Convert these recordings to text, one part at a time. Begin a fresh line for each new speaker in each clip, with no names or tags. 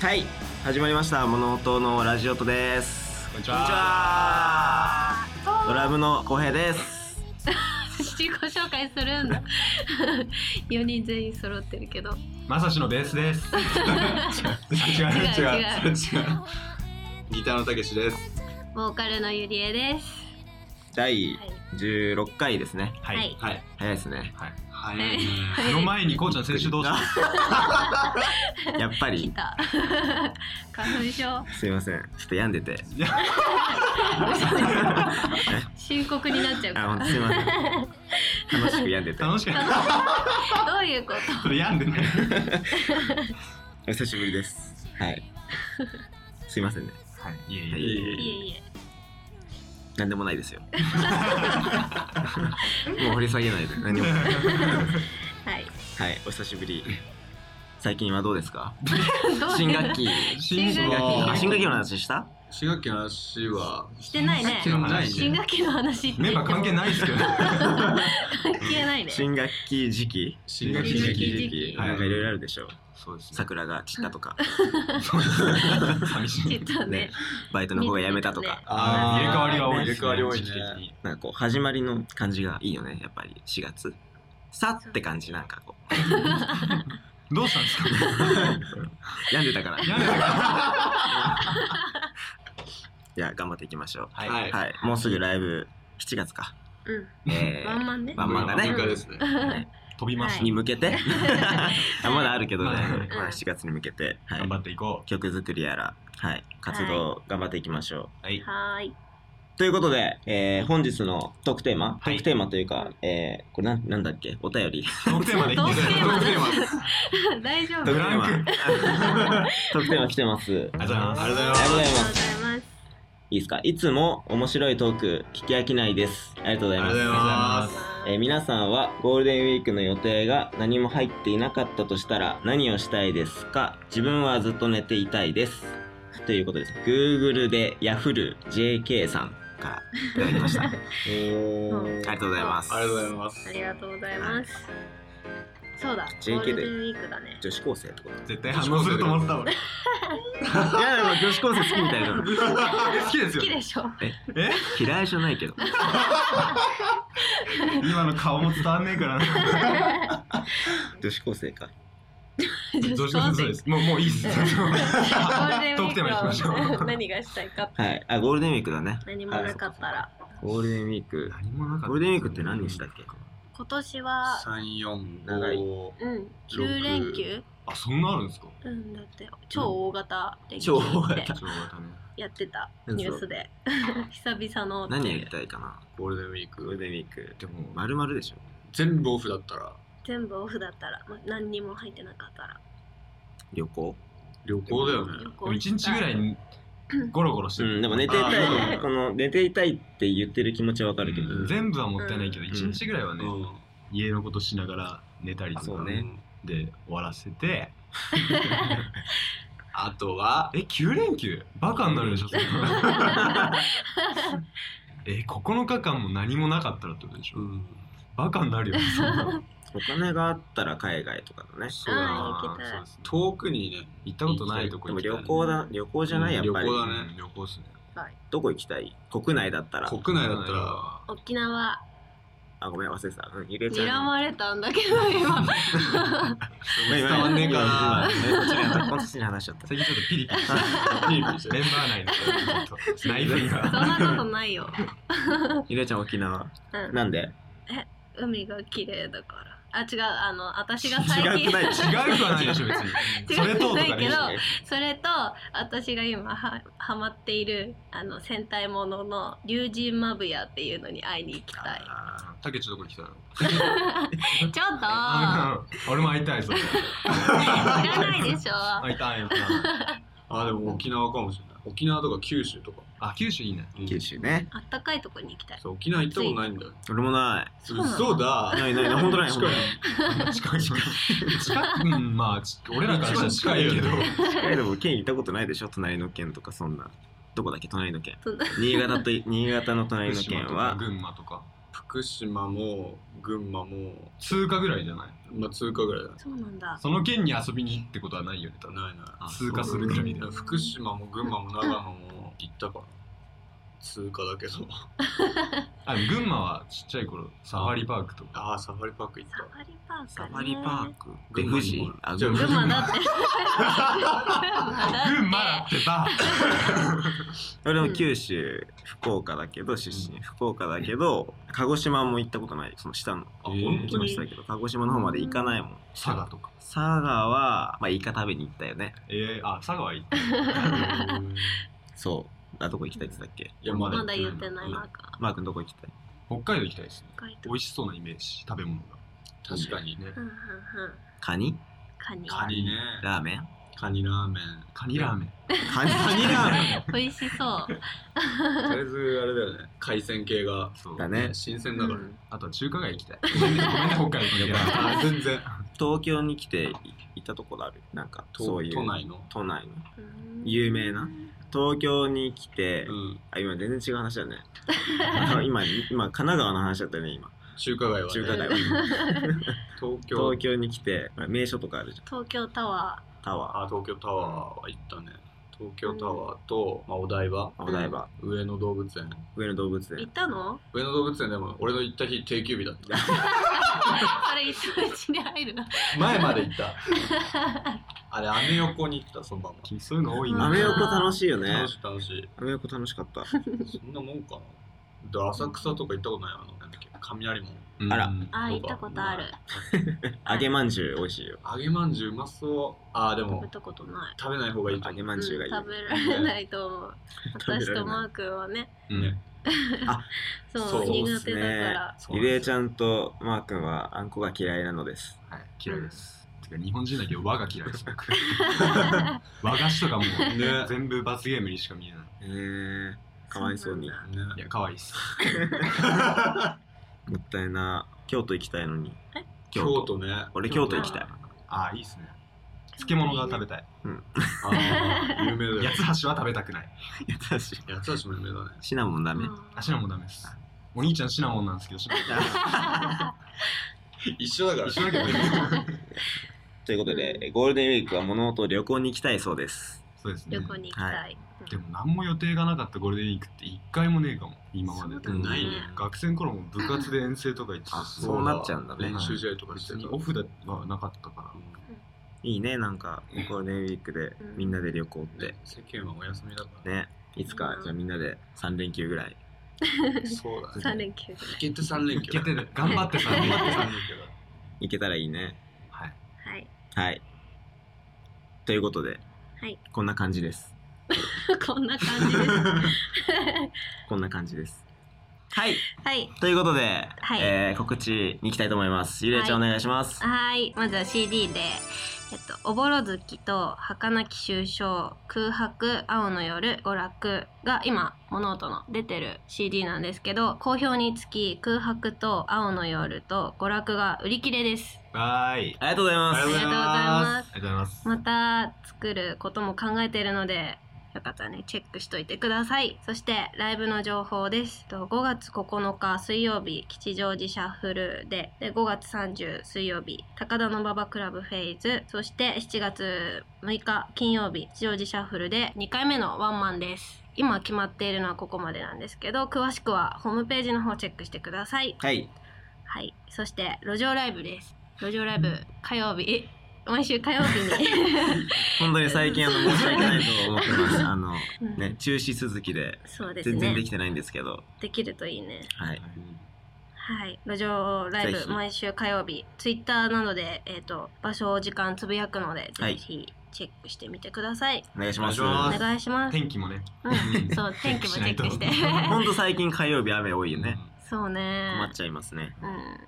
はい始まりました物音のラジオとです
こんにち
こんにち
は。
はドラムの小平です
自己紹介するんだ4人全員揃ってるけど
まさしのベースです。違う違う
違う違う
それ違う。ギターのたけしです。
ボーカルのゆりえです
第16回ですね
はいは
はい
い
早いですね
はい。
早
いね
その前にこうちゃん先週どうした？
やっぱ
来
り
た花粉症
すいませんちょっと病んでて
いや
深刻になっちゃうか
あ
ら
本当すい ません楽しく病んで て
楽しかった。
どういうこ
それ病んでない。
お久しぶりですはいすいませんね
いえ
いえ
といえいえ
なんでもない ですよもう掘り下げないで何 もはい
はい
お久しぶり最近はどうですか
どう
新
いう
学期
新
新
学
学
あ
期。
新学期の話した
新学期の話は
してないね
してないね
新学期の話って
メンバー関係ないですけど。は
関係ないね
新学期時期
新
学期時期
時期
なんかいろいろあるでしょう
そうですね。
桜が散ったとか
寂し
ちょ
い
っ。と
ね
ね
バイトの方が辞めたとか
あー入れ替わりが多い
入
で
れ
す
替
ね。
わり多い
時期的
ね
に。
なんかこう始まりの感じがいいよねやっぱり4月さって感じなんかこう
どうしたんですか？
病んでたから
病んでたか
いや頑張っていきましょう
ら。
は
はい、もうすぐライブ7月か
う
え
んワン
ー
マンね
ワンマンがね
文化ですね
はい
飛びます
は。
に向けてあ まだあるけどね、
まだある
まあ、7月に向けて、はい
頑張っていこ
曲作りやら、はい、活動頑張っていきましょう、
う。はい。
はーい
ということで、えー本日のトークテーマ、
はい
トークテーマというか、えーこれなんなんだっけお便り
トークテーマで
ト
行
ー
っ
ク
て
テ
くだ
ー
さい
マ
トークテーマ。
だ大丈夫あ
トー
り
ク
が
テ
と
ーマ
ブラ ン
トークテーマ来てます
ありがとうございます。
ありがと
ありが
う
とうございう
ご
ます
ざいます
いいですかいつも面白いトーク聞き飽きないですありがとうござい
ありが
ま
とうござ
す
います
えー皆さんはゴールデンウィークの予定が何も入っていなかったとしたら何をしたいですか自分はずっと寝ていたいですということです Google でヤフル JK さんからいただきましたあ
お
うん
ー
りがとうございます
ありがとうございます
ありがとうございます。そうだ、
JK で
ゴールデンウィークだね。
女子高生ってこと
絶対反応すると思ってたわ。
いやでも女子高生好きみたいな
好きです
好
よ
き。でしょ。
え？
嫌いじゃないけど
今の顔も伝わんねえからな。
女子高生か
ど
女
う
子
しようもそ
高
う
生
です。もうもういいっす。
ゴールデンウ
トー
ィ
クテーマいきましょ
ークは
う。
何がしたいか。
はいあゴールデンウィークだね
何もなかったら、
ゴールデンウィーク
何もなかった。
ゴールデンウィークって何でしたっけ
今年は、
三四
長い
五
うん、9連休
あ、そんなあるんですか。
うん、だって、超大型連休
超大
っ
型
て
ちょっとね
やってたニュースで。 久々の。
何やりたいかな
ゴールデンウィー
ゴール
ク
デンウィーク
でも、
まるまるでしょ
全部オフだったら
全部オフだったら、ま何にも入ってなかったら。
旅行
旅行だよね
旅
で
行
も一日ぐら
行き
い ゴロゴロして
う
る。
ん、でも寝ていた
あ
い、
ー
この寝ていたいって言ってる気持ちはわかるけど、
うん全部はもったいないけど、
ん
一日ぐらいはね、
うん
家のことしながら寝たりと
そう
か
ね
で終わらせて、
あとは
え、九連休バカになるでしょ、そんな え、9日間も何もなかったらってことでしょ
う。ん
バカになるよ、そんな。
お金があったら海外とかだね。
そうだな
あー行きたい
そうですね
遠くにね
行ったことないとこ
で
行
も
きたい
旅行だ、旅行じゃない、やっぱり。
旅行だね
うん旅行っすね。
たいはい
どこ行きたい国内だったら。
国内だったら
沖縄、
あ、ごめん、忘れてた。うん、ゆれちゃん。
睨まれたんだけど、今。
伝
伝わんねえか な
こっちに話こっちに話しちゃった。
最近ちょっとピリピリして
ピリピリして
メンバー内のナイフィン
そん
が
なことないよ。
ゆれちゃん沖縄。
うん
なんで
海が綺麗だからあ違うあの私が最近
違くない
違うくはないでしょ別に
違う
それととか
け
ね
どそれと私が今はハマっているあの戦隊ものの竜神マブヤっていうのに会いに行きたい
あ
たけちどこに来たの
ちょっと
ーうん俺も会いたいそれ
いらないでしょ
会いたいよ
あでも沖縄かもしれない沖縄とか九州とか
あ九州いいね
うん
九州ね。
あったかいとこに行きたい
そう沖縄行ったことないんだよ
俺もない。
うなの
嘘だ
ないないない、ほんとない、ほんとない。
近い近い 近くうんまあち俺らからしたら近いけど
一番
えでも県行ったことないでしょ隣の県とかそんな。どこだっけ隣の県
そんな。
新潟と、新潟の隣の県は、
群馬とか
福島も群馬も、
通過ぐらいじゃない
まあ、通過ぐらいだね
そうなんだ。
その県に遊びに行ってことはないよね多分
ないな
あ
い
通過するぐらいで
うん福島も群馬も長野も行ったから通過だけど
あでも群馬はちっちゃい頃サファリパークとか
ああサファリパーク行っ
サ
た
ファリパーク、ね。
サファリパークで
群馬
富士
にも
あ
じゃあ
群
群
馬
馬だっ
群
て。群
馬だってば
俺も九州福岡だけど出身、福岡だけど鹿児島も行ったことないその下の
え
あ
ー
本
行
当
きまし
に
たけど鹿児島の方まで行かないもん
佐賀とか
佐賀はまあイカ食べに行ったよね
えー、あ佐賀は行 った
うん
そうあどこ行きたいって言ったっけ
いや
ま
ま
だ
だ
言ってな
う
い
ん
なんか。
マー君どこ行きたい
北海道行きたいですね
北海道
美味しそうなイメージ食べ物が
確かにね
うんうんうん。
カニ
カニ。
カニね
ラーメン
カニラーメン
カニラーメン
カニカニラー メン
美味しそう。
とりあえずあれだよね海鮮系が
そう
だね
新鮮だからね
あとは中華街行きたいごめんね北海道行けなかっ
あ全然
東京に来てい行ったところあるなんか
と
そういう
都内の
都内の
うん
有名な東京に来て、
うん
あ今全然違う話だねあの今今神奈川の話だったよね今
中華街はね
中華 街
東京
東京に来てまあ名所とかあるじゃ
東京タ
ん
ワ
タワ
あ東京タワーは行ったね東京タワーと、まあ、お台場
ーお台場、
上野動物園
上野動物
ー。
園
行ったの？
上野動物園でも俺の行った日定休日だった
あれいつうちに入るの？
前まで行ったあれアメ横に行ったそのまま
たそういうの多い
うん
な
アメ横楽しいよね
楽しい楽しい
アメ横楽しかった
そんなもんかなで浅草とか行ったことないあのなんだっけ雷門
うん
あら
あー行ったことある。
揚げまんじゅう美味しいよ
揚げまんじゅううまそうあーで
食
も
べたことない。
食べない方がいい
揚
と思
げ
う
まんじゅうがいい、
食べられないと思う。
食べられない
私とマー君はね、
うん
そう
そう
苦手だから。
そう
ゆりえちゃんとマー君はあんこが嫌いなのです
はい嫌いですてか日本人だけど和が嫌いです 僕和菓子とかもう
ね
全部罰ゲームにしか見えない
えー、かわいそうに
なんだ
い
ね
や可愛いっす
もったいな京都行きたいのに
え
京
京
都
都ね
俺京都行きたい
あーいいっすね漬物が食べたい
あー有名だよ
八つ橋は食べたくない
私
八つ橋も有名だね
シナモンダメ、
あシナモンダメですお兄ちゃんシナモンなんです けどシナモンダメ
一緒だから
一緒だけどね
ということでゴールデンウィークは物事を旅行に行きたいそうです
そうですね
旅行に行きたい。
でも何も予定がなかったゴールデンウィークって一回もねえかも今まで
そうだね
ないね
学生の頃も部活で遠征とか行ってた
あ
し
そうなっちゃうんだね
練習試合とかして
別
た
にオフではなかったから
いいねなんかゴールデンウィークで
うん
みんなで旅行っ
で
て
世間はお休みだからね
ねいつか
うん
じゃあみんなで3連休ぐらい
そうだね
三連休ぐら
いけて3連休
いけてる頑張ってさ
頑張って3連
行けたらいいね
はい
い。 はい。
はいということで
はい。
こんな感じです
こんな感じです。
こんな感じですはい
はい。
ということで、
はい
えー告知に行きたいと思いますゆりえちゃんお願いします、
はい。まずは CD で、えっと、おぼろ月と儚き終章、空白、青の夜、娯楽が今、物音の出てる CD なんですけど、好評につき、空白と青の夜と娯楽が売り切れです。
バイ
ありがとうございま
あ
す
りがとうございま
ありがとうございます
す。また作ることも考えているので、よかったらね、チェックしといてください。そして、ライブの情報です。と5月9日水曜日、吉祥寺シャッフルで、で5月30水曜日、高田の馬場クラブフェイズ、そして7月6日金曜日、吉祥寺シャッフルで2回目のワンマンです。今決まっているのはここまでなんですけど、詳しくはホームページの方チェックしてください。
はい
はい、そして路上ライブです。路上ライブ火曜日、毎週火曜日
本当に最近あの申し訳ないと思って ますあの
に。
ね、中止続きで
そうです
全然
ね。
で
で
きてないんですけど、
きるといいね。
はい、
はい、路上ライ
ぜ
ブ
ひ
毎週火曜日、ツイッターなどでえっ、と場所時間つぶやくので、
はい
ぜひチェックしてみてください。
お願いします
お願いし
お
ま
願いします。
天気もね
う ん、そう天気もチェックして。
ほんと最近火曜日雨多いよね、
そうね。
困っちゃいますね
うん。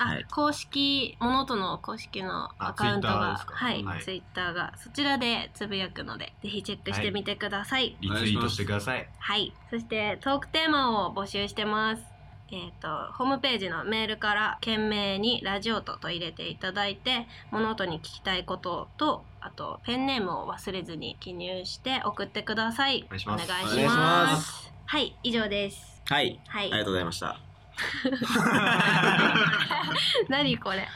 あ、
はい
公式モノとの公式のアカウント
あ
が
Twitter ですか
はい、
はい
ツイッターがそちらでつぶやくのでぜひチェックしてみてください
リツイートしてください
はい、そしてトークテーマを募集してますえっ、とホームページのメールから懸命に「ラジオと」と入れていただいて物音に聞きたいこととあとペンネームを忘れずに記入して送ってください
お願いします
お願い
お願い
し
し
ま
ます
はい以上です
はい
は
あ
い
りがとうございました
何これ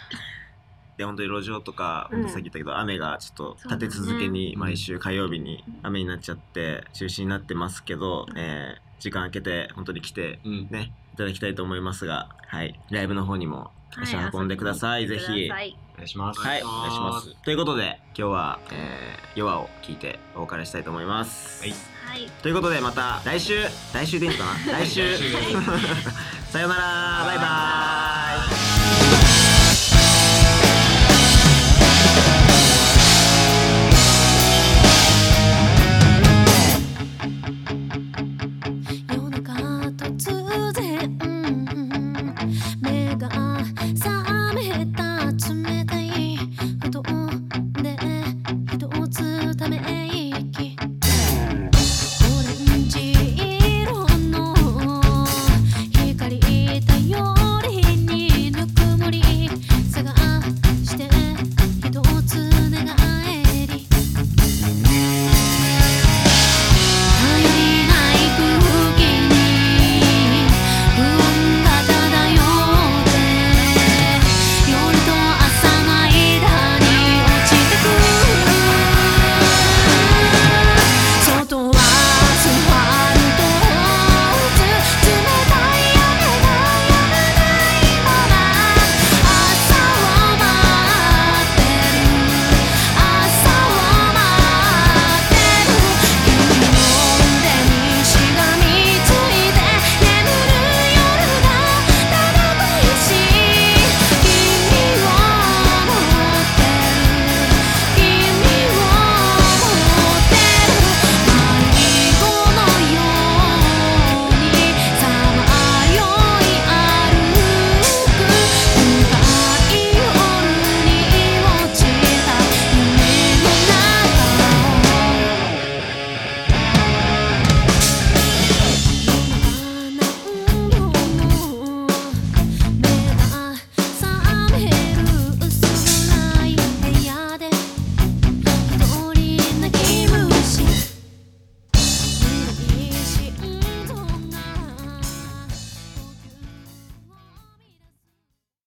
で本当に路上とか、
うん
さっき言ったけど雨がちょっと立て
そう
続
だ
け
ね
に毎週火曜日に
うん
雨になっちゃって中止になってますけど、えー時間空けて本当に来て
うん。
ねいただきたいと思いますが、はい、ライブの方にも足
はい
運んでください、
遊び
ぜひ
に来てくだ。さい
お願いします。
はい、お
お
願
願
い
い
し
し
ま
ます
す。ということで、今日は、えー、弱を聞いてお別れしたいと思います。
はい
はい
ということ で、また来週、来週でいいのかな来週、
来週
さようなら、バイバーイ。